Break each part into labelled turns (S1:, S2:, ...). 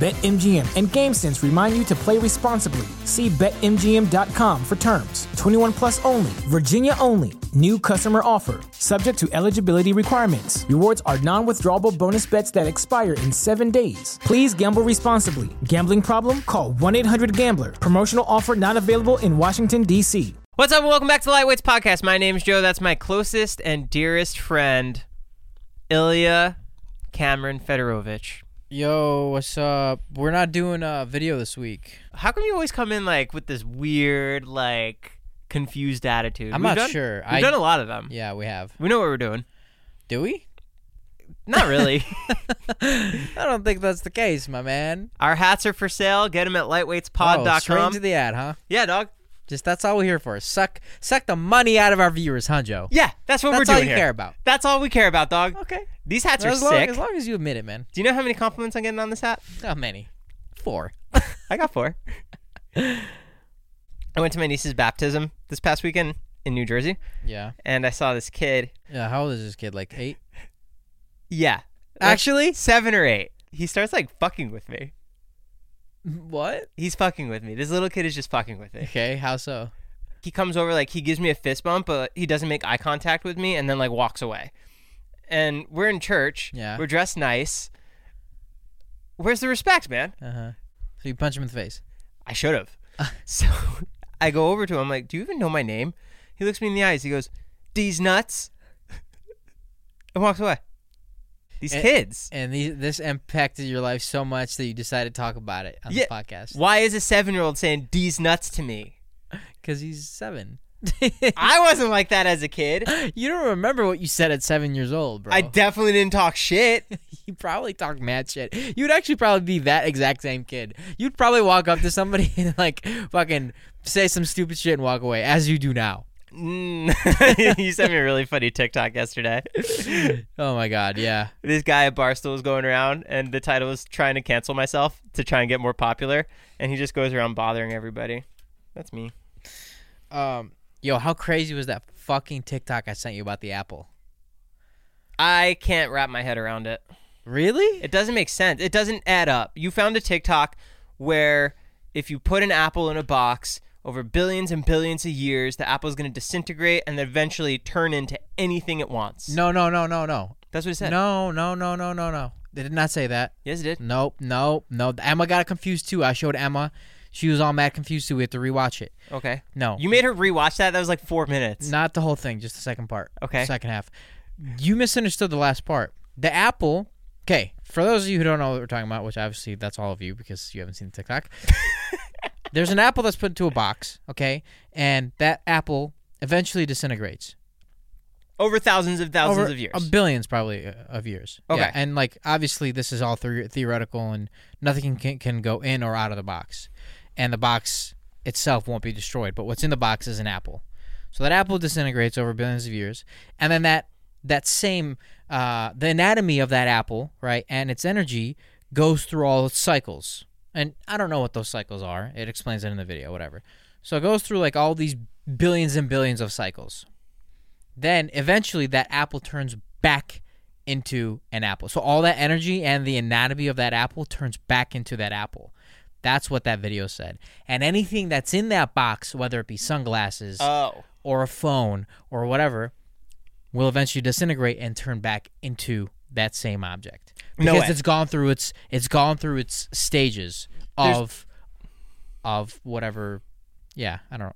S1: BetMGM and GameSense remind you to play responsibly. See BetMGM.com for terms. 21 plus only, Virginia only. New customer offer, subject to eligibility requirements. Rewards are non withdrawable bonus bets that expire in seven days. Please gamble responsibly. Gambling problem? Call 1 800 Gambler. Promotional offer not available in Washington, D.C.
S2: What's up? Welcome back to the Lightweights Podcast. My name's Joe. That's my closest and dearest friend, Ilya Cameron Fedorovich.
S3: Yo, what's up? We're not doing a video this week.
S2: How come you always come in like with this weird, like confused attitude?
S3: I'm
S2: We've
S3: not
S2: done-
S3: sure.
S2: We've
S3: I-
S2: done a lot of them.
S3: Yeah, we have.
S2: We know what we're doing.
S3: Do we?
S2: Not really.
S3: I don't think that's the case, my man.
S2: Our hats are for sale. Get them at
S3: Oh, straight
S2: lightweightspod.com.
S3: into the ad, huh?
S2: yeah, dog.
S3: Just that's all we're here for. Suck, suck the money out of our viewers, huh, Joe?
S2: Yeah, that's what
S3: That's
S2: we're
S3: all
S2: doing
S3: you
S2: here.
S3: care about.
S2: That's all we care about, dog.
S3: Okay.
S2: These hats are
S3: As long,
S2: sick.
S3: as long as you admit it, man.
S2: Do you know how many compliments I'm getting on this hat?
S3: How many? Four.
S2: I got four. I went to my niece's baptism this past weekend in New Jersey,
S3: Yeah.
S2: and I saw this kid.
S3: Yeah. How old is this kid? Like eight?
S2: Yeah,
S3: Actually?
S2: seven or eight. He starts like fucking with me.
S3: What?
S2: He's fucking with me. This little kid is just fucking with me.
S3: Okay. How so?
S2: He comes over like he gives me a fist bump, but he doesn't make eye contact with me, and then like walks away. And we're in church.
S3: Yeah.
S2: We're dressed nice. Where's the respect, man?
S3: Uh huh. So you punch him in the face.
S2: I should have.
S3: Uh.
S2: so I go over to him. I'm like, "Do you even know my name?" He looks me in the eyes. He goes, "These nuts," and walks away. These
S3: Eh,
S2: kids.
S3: And these, this impacted your life so much that you decided to talk about it on
S2: Yeah.
S3: the podcast
S2: Why is a seven-year-old saying "these nuts" to me?
S3: because he's seven.
S2: I wasn't like that as a kid.
S3: You don't remember what you said at seven years old, bro.
S2: I definitely didn't talk shit.
S3: you probably talk mad shit. You'd actually probably be that exact same kid. You'd probably walk up to somebody and like fucking say some stupid shit and walk away, as you do now.
S2: Mm. you sent me a really funny TikTok yesterday.
S3: Oh my god, yeah.
S2: this guy at Barstool was going around, and the title was "Trying to Cancel Myself" to try and get more popular, and he just goes around bothering everybody. That's me.
S3: Um, yo, how crazy was that fucking TikTok I sent you about the apple?
S2: I can't wrap my head around it.
S3: Really?
S2: It doesn't make sense. It doesn't add up. You found a TikTok where if you put an apple in a box over billions and billions of years, the apple's going to disintegrate and eventually turn into anything it wants.
S3: No, no, no, no, no,
S2: That's what it said.
S3: no, no, no, no, no, no. They did not say that.
S2: Yes, it did.
S3: Nope, nope, no. Emma got confused too. I showed Emma. She was all mad confused too. We had to rewatch it.
S2: Okay.
S3: No.
S2: You made her rewatch that. That was like four minutes.
S3: Not the whole thing, just the second part.
S2: Okay.
S3: Second half. You misunderstood the last part. The apple. Okay. For those of you who don't know what we're talking about, which obviously that's all of you because you haven't seen the TikTok. There's an apple that's put into a box, okay, and that apple eventually disintegrates
S2: Over thousands of thousands
S3: over
S2: of years.
S3: uh, billions probably uh, of years. Yeah,
S2: Okay.
S3: and like obviously this is all thre- theoretical, and nothing can can go in or out of the box, and the box itself won't be destroyed. But what's in the box is an apple, so that apple disintegrates over billions of years, and then that that same uh, the anatomy of that apple, right, and its energy goes through all its cycles. And I don't know what those cycles are. It explains it in the video, whatever. So it goes through like all these billions and billions of cycles then eventually that apple turns back into an apple. So all that energy and the anatomy of that apple turns back into that apple. That's what that video said. And anything that's in that box, whether it be sunglasses
S2: oh.
S3: or a phone or whatever, will eventually disintegrate and turn back into that same object.
S2: No
S3: Because
S2: way.
S3: it's gone through its it's gone through its stages
S2: There's-
S3: of of whatever yeah, I don't know.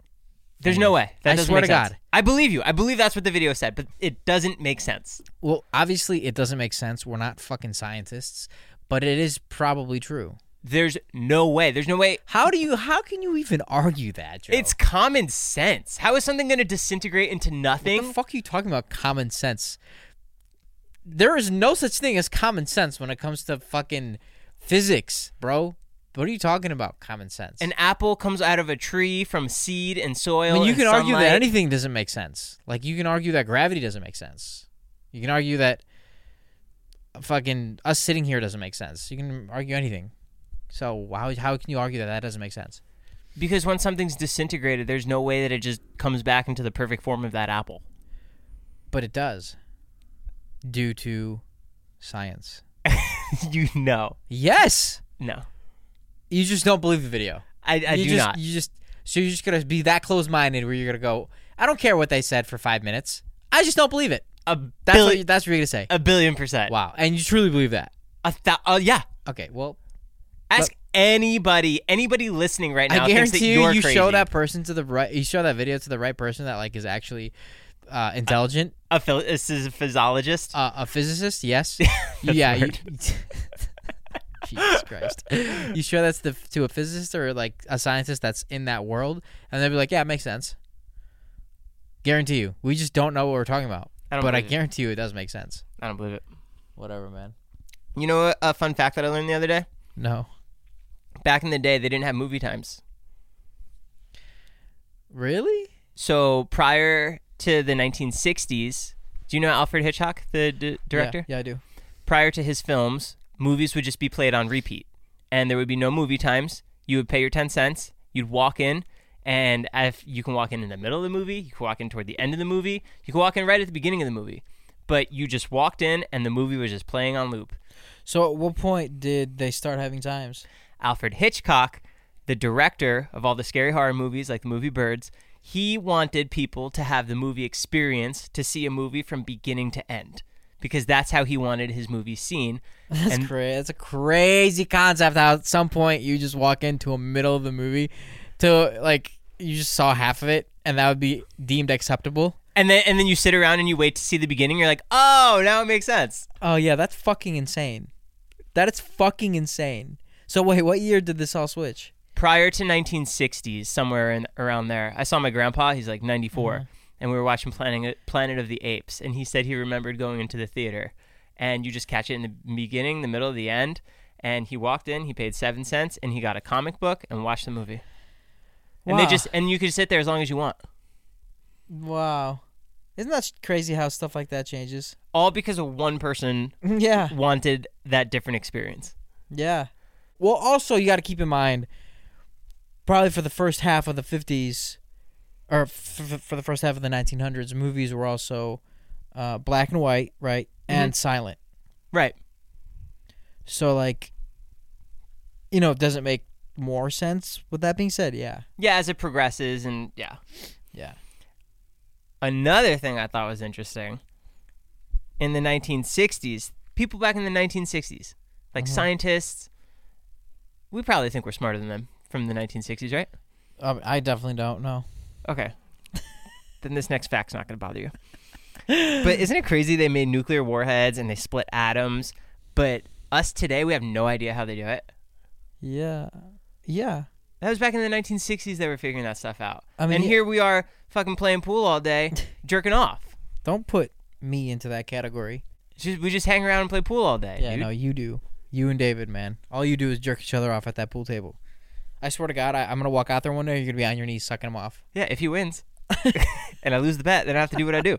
S2: There's no way. That
S3: I
S2: doesn't
S3: swear
S2: make
S3: to
S2: sense.
S3: God.
S2: I believe you. I believe that's what the video said, but it doesn't make sense.
S3: Well, obviously, it doesn't make sense. We're not fucking scientists, but it is probably true.
S2: There's no way. There's no way.
S3: How do you? How can you even argue that, Joe?
S2: It's common sense. How is something going to disintegrate into
S3: what
S2: nothing?
S3: the fuck are you talking about? Common sense. There is no such thing as common sense when it comes to fucking physics, bro. What are you talking about? Common sense.
S2: An apple comes out of a tree from seed and soil.
S3: I mean, you
S2: and
S3: can argue that
S2: sunlight.
S3: anything doesn't make sense. Like you can argue that gravity doesn't make sense. You can argue that fucking us sitting here doesn't make sense. You can argue anything. So how how can you argue that that doesn't make sense?
S2: Because when something's disintegrated, there's no way that it just comes back into the perfect form of that apple.
S3: But it does, due to science.
S2: you know.
S3: Yes,
S2: No.
S3: you just don't believe the video.
S2: I, I
S3: you
S2: do
S3: just,
S2: not.
S3: You just so you're just gonna be that close minded where you're gonna go. I don't care what they said for five minutes. I just don't believe it.
S2: A
S3: That's
S2: billion,
S3: what you, that's what you're gonna say.
S2: a billion percent.
S3: wow, and you truly believe that?
S2: A thou- uh, yeah.
S3: Okay, well,
S2: Ask anybody, anybody listening right now.
S3: I
S2: thinks
S3: guarantee
S2: that
S3: you,
S2: you're
S3: you
S2: crazy.
S3: show that person to the right. You show that video to the right person that like is actually uh, intelligent,
S2: a, phil- this is a physiologist.
S3: uh, a physicist. Yes, yeah. You, Jesus Christ! You show that to, the- to a physicist or like a scientist that's in that world, and they'll be like, "Yeah, it makes sense." Guarantee you, we just don't know what we're talking about,
S2: I don't
S3: but I
S2: believe it.
S3: guarantee you, it does make sense.
S2: I don't believe it.
S3: Whatever, man.
S2: You know a fun fact that I learned the other day?
S3: No,
S2: Back in the day, they didn't have movie times.
S3: really?
S2: So prior to the 1960s, do you know Alfred Hitchcock, the d- director?
S3: Yeah, yeah, I do.
S2: Prior to his films, movies would just be played on repeat, and there would be no movie times. You would pay your 10 cents. You'd walk in, and if you can walk in in the middle of the movie, you can walk in toward the end of the movie, you can walk in right at the beginning of the movie. But you just walked in, and the movie was just playing on loop.
S3: So, at what point did they start having times?
S2: Alfred Hitchcock, the director of all the scary horror movies like the movie Birds, he wanted people to have the movie experience to see a movie from beginning to end because that's how he wanted his movie seen.
S3: That's
S2: and
S3: cra- that's a crazy concept. How at some point you just walk into a middle of the movie, to like you just saw half of it, and that would be deemed acceptable.
S2: and then and then you sit around and you wait to see the beginning. You're like, oh, now it makes sense.
S3: Oh yeah, that's fucking insane. That is fucking insane. So wait, what year did this all switch?
S2: Prior to 1960s, somewhere in, around there, I saw my grandpa. He's like 94, and we were watching Planet Planet of the Apes, and he said he remembered going into the theater, and you just catch it in the beginning, the middle, the end. And he walked in, he paid seven cents, and he got a comic book and watched the movie. And they
S3: Wow.
S2: just and you could sit there as long as you want,
S3: Wow, isn't that crazy how stuff like that changes?
S2: all because of one person
S3: yeah,
S2: wanted that different experience.
S3: yeah. Well, also you got to keep in mind, probably for the first half of the fifties, or f- f- for the first half of the nineteen hundreds, movies were also uh, black and white, right, and silent.
S2: Right.
S3: So like, you know, does it make more sense? With that being said, yeah,
S2: Yeah, as it progresses, and yeah.
S3: yeah.
S2: Another thing I thought was interesting in the 1960s, people back in the 1960s, like
S3: Uh-huh.
S2: scientists, we probably think we're smarter than them from the 1960s, right?
S3: Um, I definitely don't know.
S2: Okay. then this next fact's not going to bother you. But isn't it crazy they made nuclear warheads and they split atoms, but us today, we have no idea how they do it?
S3: Yeah, yeah.
S2: That was back in the 1960s they were figuring that stuff out.
S3: I mean,
S2: and
S3: yeah.
S2: here we are fucking playing pool all day, jerking off.
S3: Don't put me into that category.
S2: Just, we just hang around and play pool all day.
S3: Yeah,
S2: dude.
S3: no, you do. You and David, man. All you do is jerk each other off at that pool table. I swear to God, I, I'm gonna walk out there one day. You're gonna be on your knees sucking him off.
S2: Yeah, if he wins and I lose the bet, then I have to do what I do.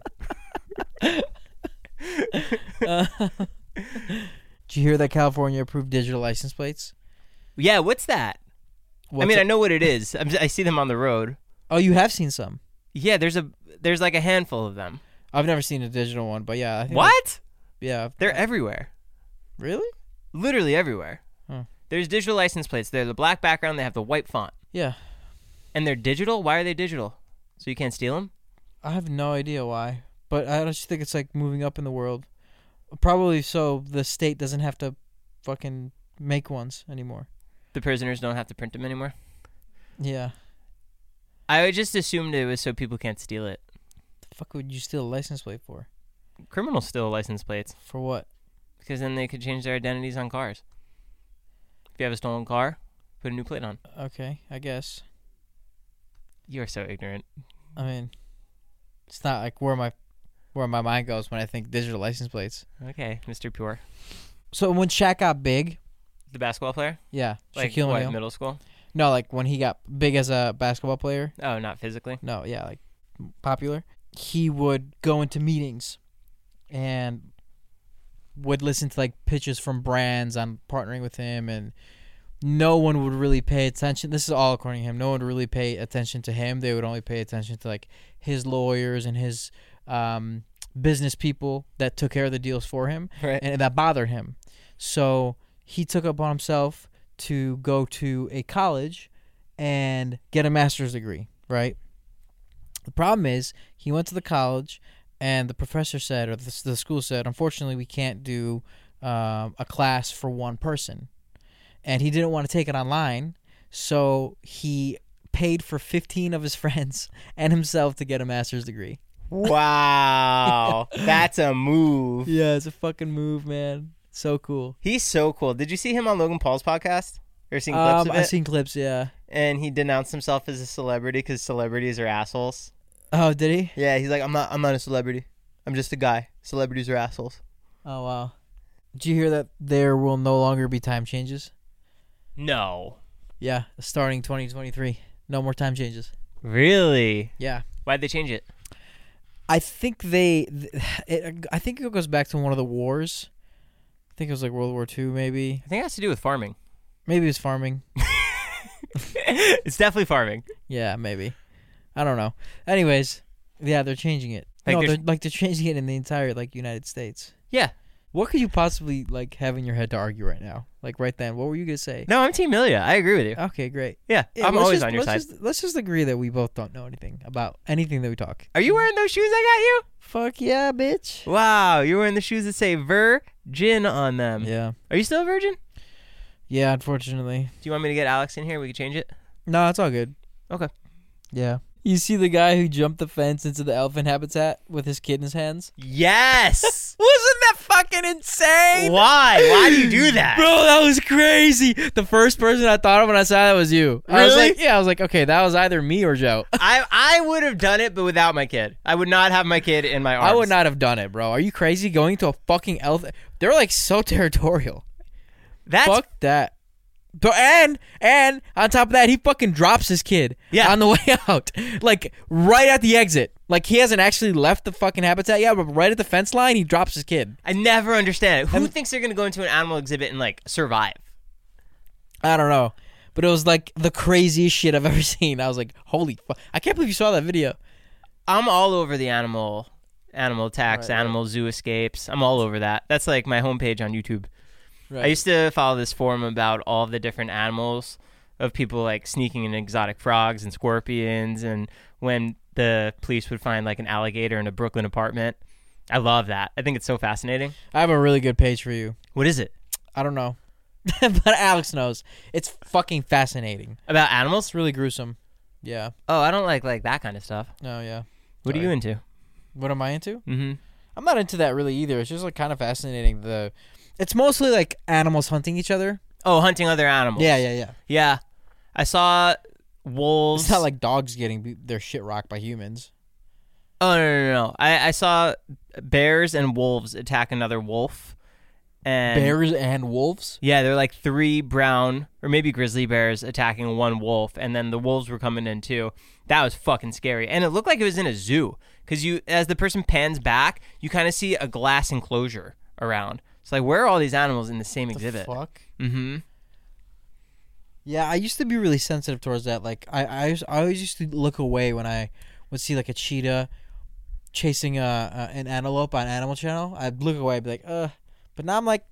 S3: Did you hear that California approved digital license plates?
S2: Yeah, what's that?
S3: What's
S2: I mean,
S3: it-
S2: I know what it is. I'm, I see them on the road.
S3: oh, you have seen some.
S2: Yeah, there's a there's like a handful of them.
S3: I've never seen a digital one, but yeah. I think
S2: What?
S3: Yeah.
S2: They're everywhere.
S3: Really?
S2: Literally everywhere.
S3: Huh.
S2: There's digital license plates. They're the black background. They have the white font,
S3: Yeah.
S2: and they're digital. Why are they digital? So you can't steal them?
S3: I have no idea why, but I just think it's like moving up in the world. Probably so the state doesn't have to fucking make ones anymore.
S2: The prisoners don't have to print them anymore.
S3: Yeah.
S2: I just assumed it was so people can't steal it.
S3: The fuck would you steal a license plate for?
S2: Criminals steal license plates
S3: For what?
S2: because then they could change their identities on cars. If you have a stolen car, put a new plate on.
S3: Okay, I guess.
S2: You are so ignorant.
S3: I mean, it's not like where my where my mind goes when I think digital license plates.
S2: Okay, Mr. Pure,
S3: So when Shaq got big,
S2: the basketball player,
S3: yeah,
S2: like
S3: Shaquille
S2: what,
S3: O'Neal.
S2: middle school?
S3: No, like when he got big as a basketball player.
S2: Oh, not physically.
S3: No, yeah, like popular. He would go into meetings and would listen to like pitches from brands on partnering with him and no one would really pay attention. This is all according to him. No one would really pay attention to him. They would only pay attention to like his lawyers and his um, business people that took care of the deals for him
S2: Right.
S3: and that bothered him. So he took upon himself to go to a college and get a master's degree, right? The problem is he went to the college and the professor said, or the, the school said, unfortunately, we can't do um, a class for one person. And he didn't want to take it online, so he paid for 15 of his friends and himself to get a master's degree.
S2: Wow, that's a move.
S3: Yeah, it's a fucking move, man. So cool.
S2: He's so cool. Did you see him on Logan Paul's podcast or seen clips
S3: Um,
S2: of
S3: I've
S2: it?
S3: seen clips, yeah.
S2: and he denounced himself as a celebrity because celebrities are assholes.
S3: Oh, did he?
S2: Yeah, he's like, I'm not. I'm not a celebrity. I'm just a guy. Celebrities are assholes.
S3: Oh wow. Did you hear that there will no longer be time changes?
S2: No,
S3: Yeah, starting 2023. No more time changes.
S2: really.
S3: Yeah.
S2: Why'd they change it?
S3: I think they th- it, I think it goes back to one of the wars. I think it was like World War II maybe.
S2: I think it has to do with farming.
S3: Maybe it was farming.
S2: it's definitely farming.
S3: Yeah, maybe. I don't know. Anyways, yeah, they're changing it.
S2: Like
S3: no,
S2: there's-
S3: they're, like they're changing it in the entire like United States.
S2: Yeah.
S3: What could you possibly like have in your head to argue right now? Like right then, what were you gonna say?
S2: No, I'm Team Milia. I agree with you.
S3: Okay, great.
S2: Yeah,
S3: Yeah,
S2: I'm
S3: let's
S2: always
S3: just-
S2: on your
S3: let's
S2: side.
S3: Just, let's just agree that we both don't know anything about anything that we talk.
S2: Are you wearing those shoes I
S3: Fuck yeah,
S2: got
S3: bitch.
S2: you? Wow, you're wearing the shoes that say Virgin on them.
S3: Yeah.
S2: Are you still a virgin?
S3: Yeah, unfortunately.
S2: Do you want me to get Alex in here? We can change it.
S3: No, it's all good.
S2: Okay.
S3: Yeah. You see the guy who jumped the fence into the elephant habitat with his kid in his hands?
S2: Yes.
S3: Wasn't that fucking insane?
S2: Why? Why do you do that?
S3: Bro, that was crazy. The first person I thought of when I saw that was you. I was
S2: Really?
S3: like, yeah, I was like, okay, that was either me or Joe.
S2: I I would have done it, but without my kid. I would not have my kid in my arms.
S3: I would not have done it, bro. Are you crazy? Going to a fucking elephant? They're like so territorial.
S2: That's
S3: Fuck that. Bro, and and on top of that, he fucking drops his kid
S2: Yeah.
S3: on the way out, like right at the exit. Like he hasn't actually left the fucking habitat yet, but right at the fence line, he drops his kid.
S2: I never understand it. Who
S3: And-
S2: thinks they're gonna go into an animal exhibit and like survive?
S3: I don't know, but it was like the craziest shit I've ever seen. I was like, holy fuck! I can't believe you saw that video.
S2: I'm all over the animal animal attacks, animal zoo escapes. I'm all over that. That's like my homepage on YouTube. I
S3: Right.
S2: used to follow this forum about all the different animals of people like sneaking in exotic frogs and scorpions and when the police would find like an alligator in a Brooklyn apartment. I love that. I think it's so fascinating.
S3: I have a really good page for you.
S2: What is it?
S3: I don't know, but Alex knows. It's fucking fascinating.
S2: About animals?
S3: It's really gruesome. Yeah.
S2: Oh, I don't like like that kind of stuff.
S3: No. Yeah.
S2: What are
S3: Sorry.
S2: you into?
S3: What am I into?
S2: Mm-hmm.
S3: I'm not into that really either. It's just like kind of fascinating. The it's mostly like animals hunting each other.
S2: Oh, hunting other animals.
S3: Yeah, yeah, yeah.
S2: yeah. I saw wolves.
S3: It's not like dogs getting be- their shit rocked by humans.
S2: oh no no no! no. I, I saw bears and wolves attack another wolf. And
S3: Bears and wolves.
S2: Yeah, they're like three brown or maybe grizzly bears attacking one wolf, and then the wolves were coming in too. That was fucking scary, and it looked like it was in a zoo because you, as the person pans back, you kind of see a glass enclosure around. It's like where are all these animals in the same exhibit?
S3: Fuck.
S2: Mm-hmm.
S3: Yeah, I used to be really sensitive towards that. Like I, I, used- I always used to look away when I would see like a cheetah chasing a, a an antelope on Animal Channel. I'd look away, I'd be like, uh. But now I'm like,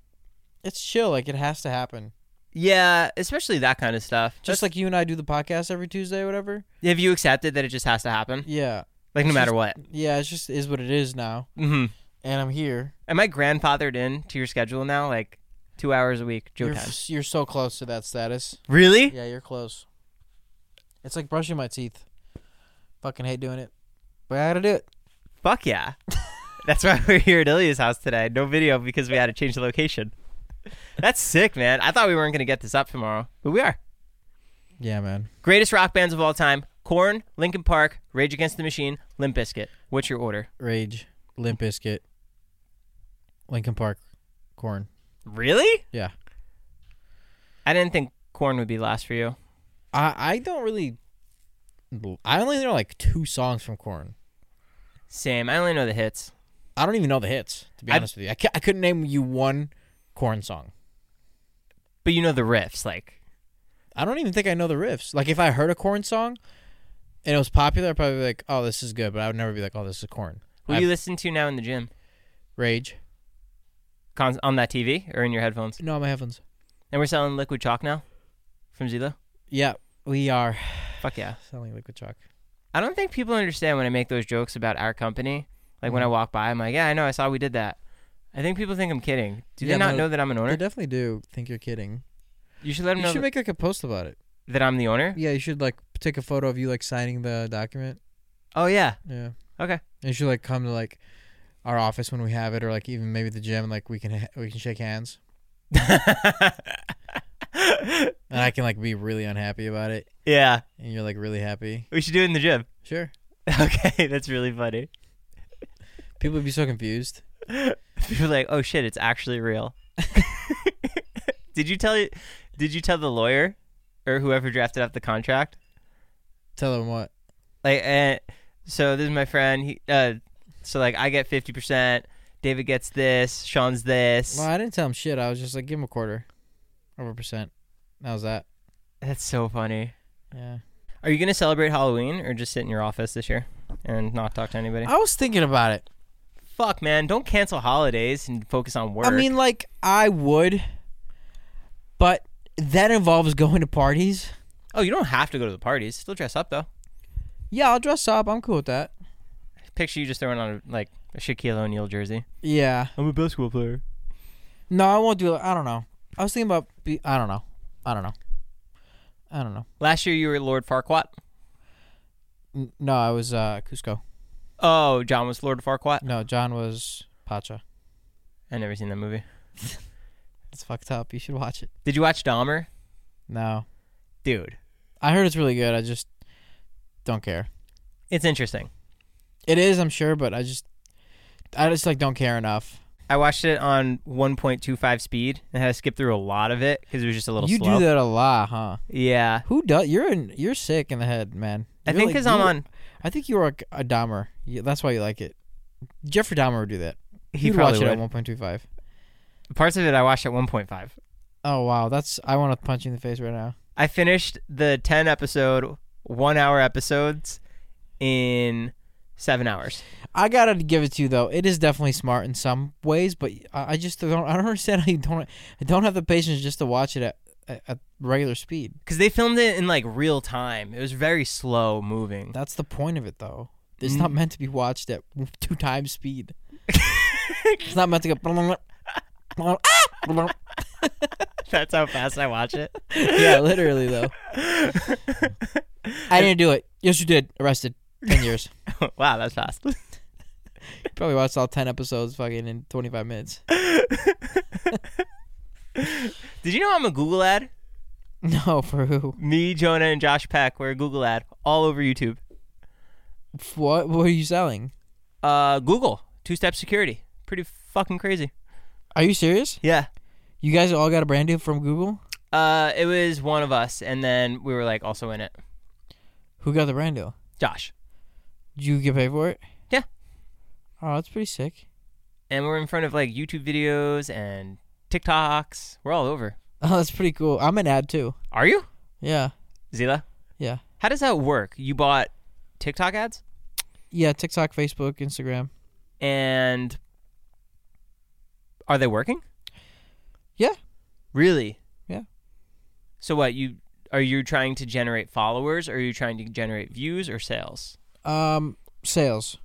S3: it's chill. Like it has to happen.
S2: Yeah, especially that kind of stuff.
S3: Just like you and I do the podcast every Tuesday, whatever.
S2: Have you accepted that it just has to happen?
S3: Yeah,
S2: Like, no
S3: It's
S2: matter
S3: just-
S2: what.
S3: yeah. It's just is what it is now,
S2: Mm-hmm.
S3: and I'm here.
S2: Am I grandfathered in to your schedule now? Like, two hours a week, Joe
S3: You're,
S2: time.
S3: s- you're so close to that status.
S2: Really?
S3: Yeah, you're close. It's like brushing my teeth. Fucking hate doing it, but I gotta do it.
S2: Fuck yeah. That's why we're here at Ilya's house today. No video because we had to change the location. That's sick, man. I thought we weren't going to get this up tomorrow, but we are.
S3: Yeah, man.
S2: Greatest rock bands of all time: Korn, Linkin Park, Rage Against the Machine, Limp Bizkit. What's your order?
S3: Rage, Limp Bizkit, Lincoln Park, Corn.
S2: Really?
S3: Yeah.
S2: I didn't think Korn would be last for you.
S3: I I don't really. I only know like two songs from Corn.
S2: Same. I only know the hits.
S3: I don't even know the hits. To be
S2: I-
S3: honest with you, I, ca- I couldn't name you one Corn song.
S2: But you know the riffs, like
S3: I don't even think I know the riffs. Like if I heard a Corn song, and it was popular, I'd probably be like, "Oh, this is good," but I would never be like, "Oh, this is Corn."
S2: who you listen to now in the gym,
S3: Rage.
S2: Cons- on that TV or in your headphones.
S3: No, my headphones.
S2: And we're selling liquid chalk now from Zillow.
S3: Yeah, we are
S2: Fuck yeah!
S3: selling liquid chalk.
S2: I don't think people understand when I make those jokes about our company. Like when I
S3: Mm-hmm.
S2: walk by, I'm like, "Yeah, I know. I saw we did that." I think people think I'm kidding. Do
S3: Yeah,
S2: they not
S3: no,
S2: know that I'm an
S3: I
S2: owner?
S3: definitely do think you're kidding.
S2: You should let them
S3: You
S2: know
S3: should make like a post about it.
S2: that I'm the owner.
S3: Yeah, you should like take a photo of you like signing the document.
S2: Oh yeah.
S3: Yeah.
S2: Okay.
S3: And you should like come to like our office when we have it, or like even maybe the gym. Like we can ha- we can shake hands, and I can like be really unhappy about it,
S2: yeah,
S3: and you're like really happy.
S2: we should do it in the gym.
S3: Sure.
S2: Okay, that's really funny.
S3: People would be so confused.
S2: People are like, "Oh shit, it's actually real." did you tell did you tell the lawyer or whoever drafted up the contract?
S3: Tell them what.
S2: Like eh, so this is my friend, he uh so like I get 50%, David gets this, Sean's this.
S3: Well, I didn't tell them shit. I was just like, give them a quarter, over a percent. How's that?
S2: That's so funny.
S3: Yeah.
S2: Are you going to celebrate Halloween or just sit in your office this year and not talk to anybody?
S3: I was thinking about it.
S2: Fuck, man, don't cancel holidays and focus on work.
S3: I mean, like I would, but that involves going to parties.
S2: oh, you don't have to go to the parties. Still dress up though.
S3: Yeah, I'll dress up. I'm cool with that.
S2: Picture you just throwing on a, like a Shaquille O'Neal jersey.
S3: Yeah.
S2: I'm a basketball player.
S3: No, I won't do it. I don't know. I was thinking about. Be- I don't know. I don't know. I don't know.
S2: Last year you were Lord Farquaad.
S3: N- No, I was uh, Cusco.
S2: Oh, John was Lord Farquaad.
S3: No, John was Pacha.
S2: I never seen that movie.
S3: It's fucked up. You should watch it.
S2: Did you watch Dahmer?
S3: No,
S2: Dude,
S3: I heard it's really good. I just don't care.
S2: it's interesting.
S3: It is, I'm sure, but I just, I just like don't care enough.
S2: I watched it on 1.25 speed and had to skip through a lot of it because it was just a little
S3: you
S2: slow.
S3: do that a lot, huh?
S2: Yeah.
S3: Who does? You're in. You're sick in the head, man.
S2: I
S3: You're
S2: think
S3: like-
S2: because
S3: you-
S2: I'm on.
S3: I think you are a, a Dahmer. You, that's why you like it. Jeffrey Dahmer would do that.
S2: He
S3: He'd
S2: probably
S3: watch it at
S2: would.
S3: 1.25.
S2: Parts of it I watched at 1.5.
S3: Oh wow, that's I want to punch you in the face right now.
S2: I finished the 10 episode, one hour episodes in seven hours.
S3: I gotta give it to you though. It is definitely smart in some ways, but I, I just don't. I don't understand how you don't. I don't have the patience just to watch it at at, at regular speed.
S2: Because they filmed it in like real time. It was very slow moving.
S3: That's the point of it though. It's
S2: Mm.
S3: not meant to be watched at two times speed. it's not meant to go. Ah!
S2: That's how fast I watch it.
S3: yeah, literally though. I didn't do it. Yes, you did. Arrested. Ten years.
S2: wow, that's fast.
S3: Probably watched all ten episodes, fucking in twenty five minutes.
S2: Did you know I'm a Google ad?
S3: No, for who?
S2: Me, Jonah, and Josh Peck were a Google ad all over YouTube.
S3: What? What are you selling?
S2: Uh, Google, two step security. Pretty fucking crazy.
S3: Are you serious?
S2: Yeah.
S3: You guys all got a brand deal from Google?
S2: Uh, it was one of us, and then we were like also in it.
S3: Who got the brand deal?
S2: Josh.
S3: Did you get paid for it?
S2: Yeah.
S3: Oh, that's pretty sick.
S2: And we're in front of like YouTube videos and TikToks. We're all over.
S3: Oh, that's pretty cool. I'm an ad too.
S2: Are you?
S3: Yeah.
S2: Zila?
S3: Yeah.
S2: How does that work? You bought TikTok ads
S3: Yeah, TikTok, Facebook, Instagram.
S2: and are they working?
S3: Yeah.
S2: Really?
S3: Yeah.
S2: So what, you are you trying to generate followers or are you trying to generate views or sales?
S3: Um, sales.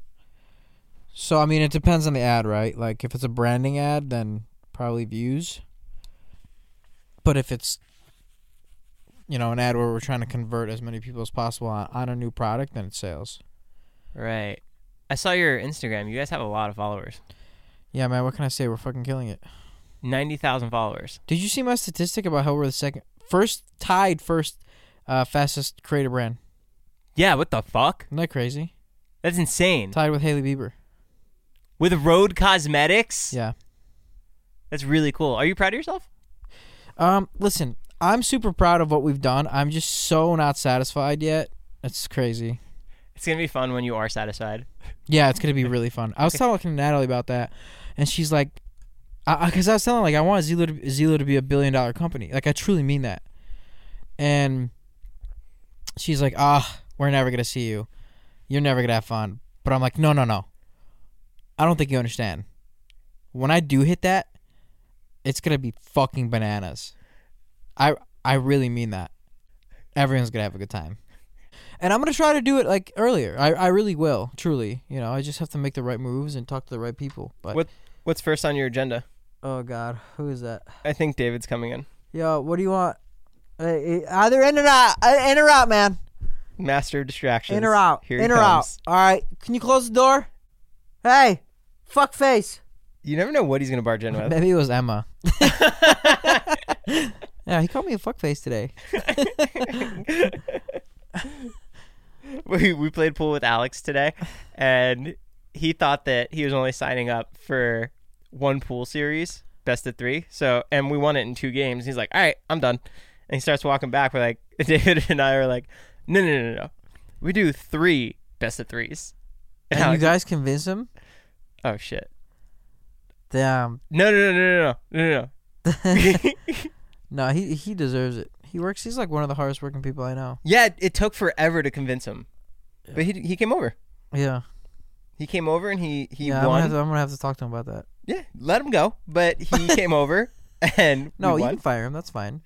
S3: So I mean it depends on the ad, right? Like if it's a branding ad, then probably views. But if it's you know, an ad where we're trying to convert as many people as possible on, on a new product, then it's sales.
S2: Right. I saw your Instagram. You guys have a lot of followers.
S3: Yeah, man, what can I say? We're fucking killing it.
S2: ninety thousand followers.
S3: Did you see my statistic about how we're the second, first tied first uh, fastest creator brand?
S2: Yeah, what the fuck?
S3: Isn't that crazy?
S2: That's insane.
S3: Tied with Haley Bieber.
S2: With Road Cosmetics,
S3: Yeah.
S2: that's really cool. Are you proud of yourself?
S3: Um, listen, I'm super proud of what we've done. I'm just so not satisfied yet. That's crazy.
S2: It's gonna be fun when you are satisfied.
S3: Yeah, it's gonna be really fun. I was talking to Natalie about that, and she's like, "I because I, was telling her, like I want Zillow to, Zillow to be a billion dollar company. Like I truly mean that." And she's like, "Ah, we're never gonna see you. You're never gonna have fun." But I'm like, "No, no, no. I don't think you understand. When I do hit that, it's gonna be fucking bananas. I I really mean that. Everyone's gonna have a good time." And I'm gonna try to do it like earlier. I, I really will, truly. You know, I just have to make the right moves and talk to the right people. But
S2: What- What's first on your agenda?
S3: oh god, who is that?
S2: I think David's coming in.
S3: Yo, what do you want? Hey, hey, either in or out, Uh, in or out, man.
S2: Master of distractions.
S3: In or out,
S2: Here he
S3: in or out.
S2: comes.
S3: All right, can you close the door? Hey, fuck face.
S2: You never know what he's gonna barge in with.
S3: Maybe it was Emma. yeah, he called me a fuck face today.
S2: we we played pool with Alex today, and he thought that he was only signing up for one pool series, best of three. So, and we won it in two games. He's like, "All right, I'm done," and he starts walking back. We're like, David and I are like, "No, no, no, no, no. We do three best of threes.
S3: And you
S2: Alex-
S3: guys convince him?
S2: oh shit!
S3: Damn.
S2: No, no, no, no, no, no, no, no.
S3: No, he he deserves it. He works. He's like one of the hardest working people I know.
S2: yeah, it, it took forever to convince him, but he he came over.
S3: Yeah.
S2: He came over and he he
S3: yeah, I'm gonna,
S2: won.
S3: have to, I'm gonna have to talk to him about that.
S2: Yeah, let him go. But he came over and
S3: No,
S2: we
S3: you
S2: won.
S3: can fire him. That's fine.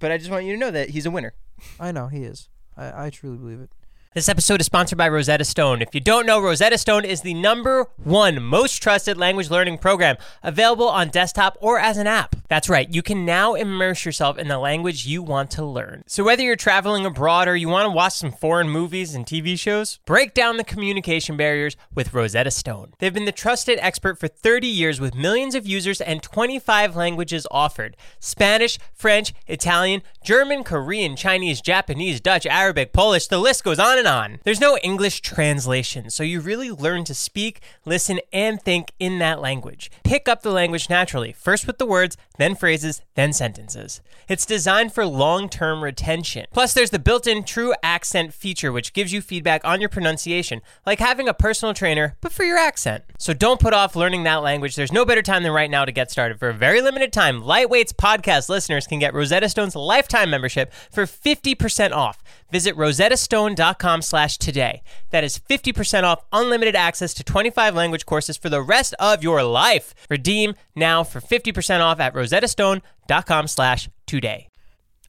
S2: But I just want you to know that he's a winner.
S3: I know he is. I, I truly believe it.
S2: This episode is sponsored by Rosetta Stone. If you don't know, Rosetta Stone is the number one most trusted language learning program available on desktop or as an app. That's right, you can now immerse yourself in the language you want to learn. So, whether you're traveling abroad or you want to watch some foreign movies and TV shows, break down the communication barriers with Rosetta Stone. They've been the trusted expert for 30 years with millions of users and 25 languages offered Spanish, French, Italian, German, Korean, Chinese, Japanese, Dutch, Arabic, Polish, the list goes on and on. There's no English translation, so you really learn to speak, listen, and think in that language. Pick up the language naturally, first with the words, then phrases, then sentences. It's designed for long term retention. Plus, there's the built in true accent feature, which gives you feedback on your pronunciation, like having a personal trainer, but for your accent. So don't put off learning that language. There's no better time than right now to get started. For a very limited time, Lightweight's podcast listeners can get Rosetta Stone's lifetime membership for 50% off. Visit rosettastone.com slash today. That is 50% off unlimited access to 25 language courses for the rest of your life. Redeem now for 50% off at rosettastone.com slash today.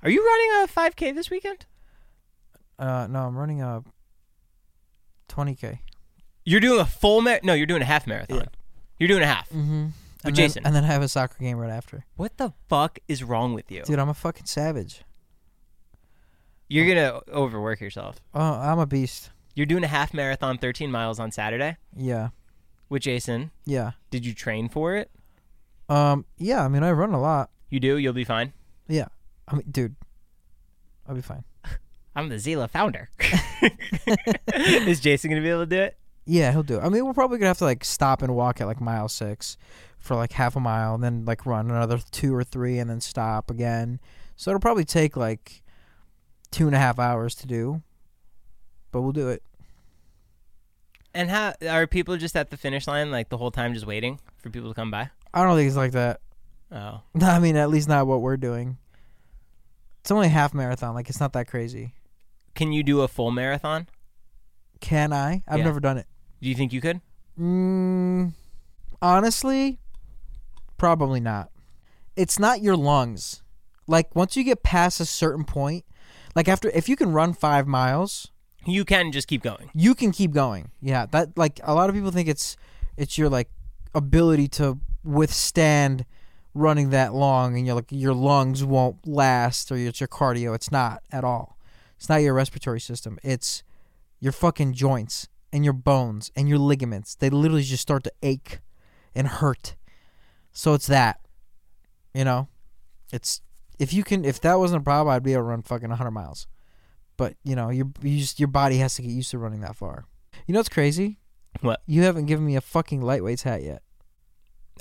S2: Are you running a 5K this weekend?
S3: Uh, no, I'm running a 20k.
S2: You're doing a full mar- No, you're doing a half marathon. You're doing a half.
S3: Mm-hmm.
S2: But
S3: and
S2: Jason-
S3: then, and then I have a soccer game right after.
S2: What the fuck is wrong with you?
S3: Dude, I'm a fucking savage.
S2: You're gonna overwork yourself.
S3: Oh, I'm a beast.
S2: You're doing a half marathon, 13 miles on Saturday
S3: Yeah,
S2: with Jason.
S3: yeah.
S2: Did you train for it?
S3: Um, yeah. I mean, I run a lot.
S2: You do. You'll be fine.
S3: Yeah. I mean, dude, I'll be fine.
S2: I'm the Zila founder. is Jason gonna be able to do it?
S3: Yeah, he'll do. it. I mean, we're probably gonna have to like stop and walk at like mile six for like half a mile, and then like run another two or three, and then stop again. So it'll probably take like two and a half hours to do, but we'll do it.
S2: And how are people just at the finish line like the whole time, just waiting for people to come by?
S3: I don't think it's like that.
S2: Oh,
S3: I mean, at least not what we're doing. It's only a half marathon. Like it's not that crazy.
S2: can you do a full marathon?
S3: Can I? I've
S2: Yeah.
S3: never done it.
S2: Do you think you could?
S3: Mm, honestly, probably not. It's not your lungs. Like once you get past a certain point, like after if you can run 5 miles,
S2: You can just keep going.
S3: you can keep going. Yeah, that like a lot of people think it's it's your like ability to withstand running that long and you're like your lungs won't last or it's your cardio. It's not at all. It's not your respiratory system. It's your fucking joints and your bones and your ligaments. They literally just start to ache and hurt. So it's that. You know, it's if you can if that wasn't a problem, I'd be able to run fucking 100 miles. But you know, your you just, your body has to get used to running that far. You know what's crazy?
S2: What?
S3: You haven't given me a fucking lightweights hat yet.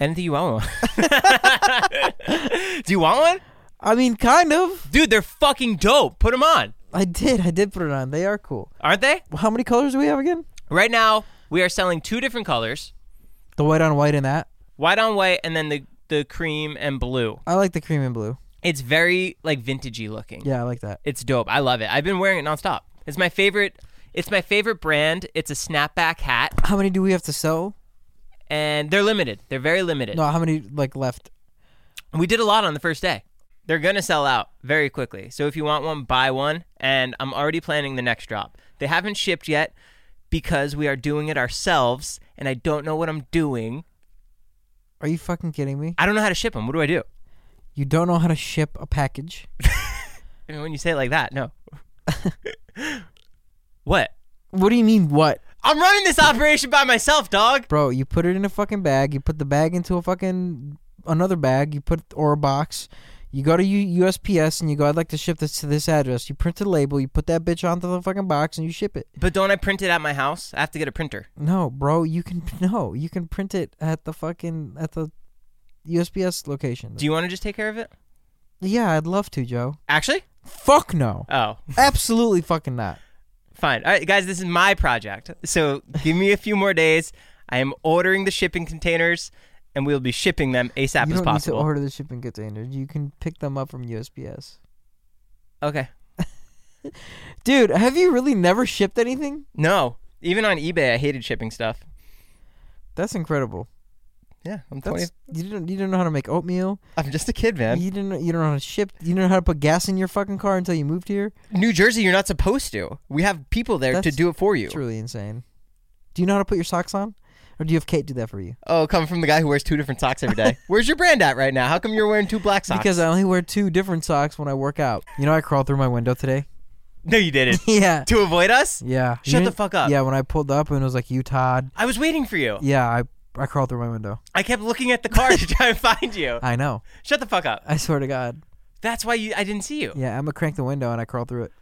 S2: Anything you want one? Do you want one?
S3: I mean, kind of.
S2: Dude, they're fucking dope. Put them on.
S3: I did. I did put it on. They are cool.
S2: Aren't they?
S3: How many colors do we have again?
S2: Right now, we are selling two different colors
S3: The white on white and that.
S2: white on white and then the, the cream and blue.
S3: I like the cream and blue.
S2: It's very like vintagey looking.
S3: Yeah, I like that.
S2: It's dope. I love it. I've been wearing it nonstop. It's my favorite. It's my favorite brand. It's a snapback hat,
S3: How many do we have to sell?
S2: and they're limited. They're very limited.
S3: No, how many like left?
S2: We did a lot on the first day. They're gonna sell out very quickly. So if you want one, buy one. And I'm already planning the next drop. They haven't shipped yet because we are doing it ourselves, and I don't know what I'm doing.
S3: Are you fucking kidding me?
S2: I don't know how to ship them. What do I do?
S3: You don't know how to ship a package?
S2: I mean, when you say it like that, no. what?
S3: What do you mean what?
S2: I'm running this operation by myself, dog.
S3: Bro, you put it in a fucking bag, you put the bag into a fucking another bag, you put or a box. You go to U- USPS and you go, I'd like to ship this to this address. You print the label, you put that bitch onto the fucking box and you ship it.
S2: But don't I print it at my house? I have to get a printer.
S3: No, bro, you can no, you can print it at the fucking at the USPS location.
S2: Do you want to just take care of it?
S3: yeah, I'd love to, Joe.
S2: Actually?
S3: Fuck no.
S2: Oh,
S3: Absolutely fucking not.
S2: fine. All right, guys, this is my project. So give me a few more days. I am ordering the shipping containers and we'll be shipping them ASAP
S3: you
S2: as
S3: don't
S2: possible.
S3: need to order the shipping containers. You can pick them up from USPS.
S2: okay.
S3: Dude, have you really never shipped anything?
S2: No. Even on eBay, I hated shipping stuff.
S3: That's incredible.
S2: Yeah, I'm 20.
S3: That's you didn't you didn't know how to make oatmeal.
S2: I'm just a kid, man.
S3: You didn't you don't know how to ship. You didn't know how to put gas in your fucking car until you moved here.
S2: New Jersey, you're not supposed to. We have people there to
S3: That's
S2: do it for you.
S3: It's really insane. Do you know how to put your socks on, or do you have Kate do that for you?
S2: Oh, come from the guy who wears two different socks every day. Where's your brand at right now? How come you're wearing two black socks?
S3: Because uh, I only wear two different socks when I work out. You know I crawled through my window today.
S2: no, you didn't.
S3: yeah.
S2: to avoid us?
S3: Yeah. You
S2: Shut the
S3: didn't-
S2: fuck up.
S3: Yeah, when I pulled up and it was like you Todd.
S2: I was waiting for you.
S3: Yeah, I I crawled through my window.
S2: I kept looking at the car to try and find you.
S3: I know.
S2: Shut the fuck up.
S3: I swear to God.
S2: That's why you, I didn't see you.
S3: Yeah, I'm gonna crank the window and I crawled through it.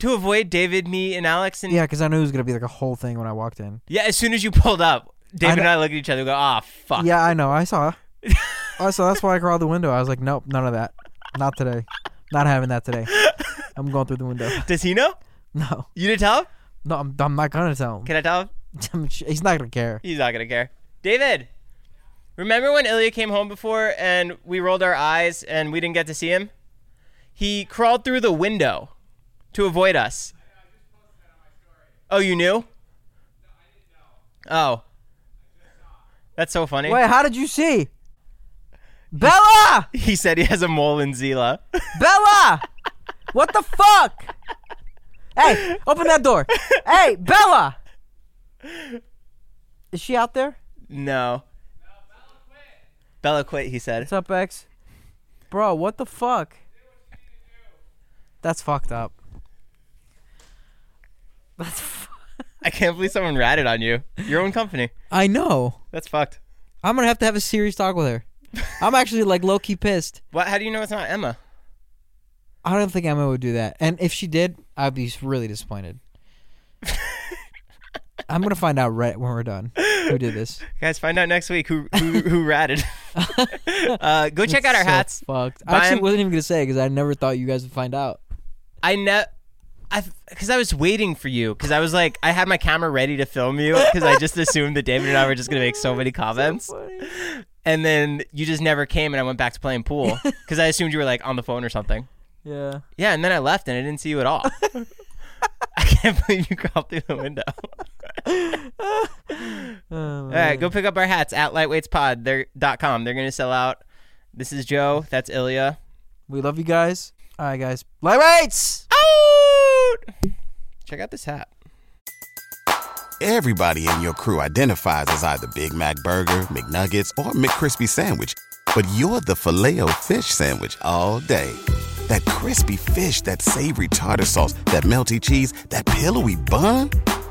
S2: To avoid David, me, and Alex, and yeah,
S3: Yeah, because I knew it was gonna be like a whole thing when I walked in.
S2: as soon as you pulled up, David
S3: know-
S2: and I look at each other and go, ah, fuck.
S3: Yeah, I know. I saw. I saw. That's why I crawled the window. I was like, nope, none of that. Not today. Not having that today. I'm going through the window.
S2: Does he know?
S3: No,
S2: You didn't tell him?
S3: no, I'm, I'm not gonna tell him.
S2: Can I tell him?
S3: I'm sh- He's not gonna care.
S2: He's not going to care. David, remember when Ilya came home before and we rolled our eyes and we didn't get to see him? He crawled through the window to avoid us. Oh, you knew? Oh. That's so funny.
S3: Wait, how did you see? Bella,
S2: He said he has a mole in Zila.
S3: Bella, what the fuck? Hey, open that door. Hey, Bella, is she out there?
S2: No. Bella quit, he said.
S3: What's up, X? Bro, what the fuck? That's fucked up. That's. F-
S2: I can't believe someone ratted on you. Your own company.
S3: I know.
S2: That's fucked.
S3: I'm gonna have to have a serious talk with her. I'm actually like low key pissed.
S2: What, how do you know it's not Emma?
S3: I don't think Emma would do that, and if she did, I'd be really disappointed. I'm gonna find out right when we're done who did this.
S2: Guys, find out next week who who, who ratted. uh, go check out our
S3: So
S2: hats.
S3: Fucked.
S2: Buy
S3: I actually
S2: 'em.
S3: wasn't even gonna say because I never thought you guys would find out.
S2: I know. I, because I was waiting for you, because I was like, I had my camera ready to film you, because I just assumed that David and I were just gonna make so many comments, and then you just never came, and I went back to playing pool, because I assumed you were like on the phone or something.
S3: Yeah.
S2: Yeah, and then I left and I didn't see you at all. I can't believe you crawled through the window. all
S3: Uh,
S2: right, go pick up our hats at lightweightspod. They're dot com. They're gonna sell out. This is Joe. That's Ilya.
S3: We love you guys. All right, guys. Lightweights.
S2: Out. Check out this hat.
S4: Everybody in your crew identifies as either Big Mac Burger, McNuggets, or McCrispy Sandwich. But you're the filet fish Sandwich all day. That crispy fish, that savory tartar sauce, that melty cheese, that pillowy bun.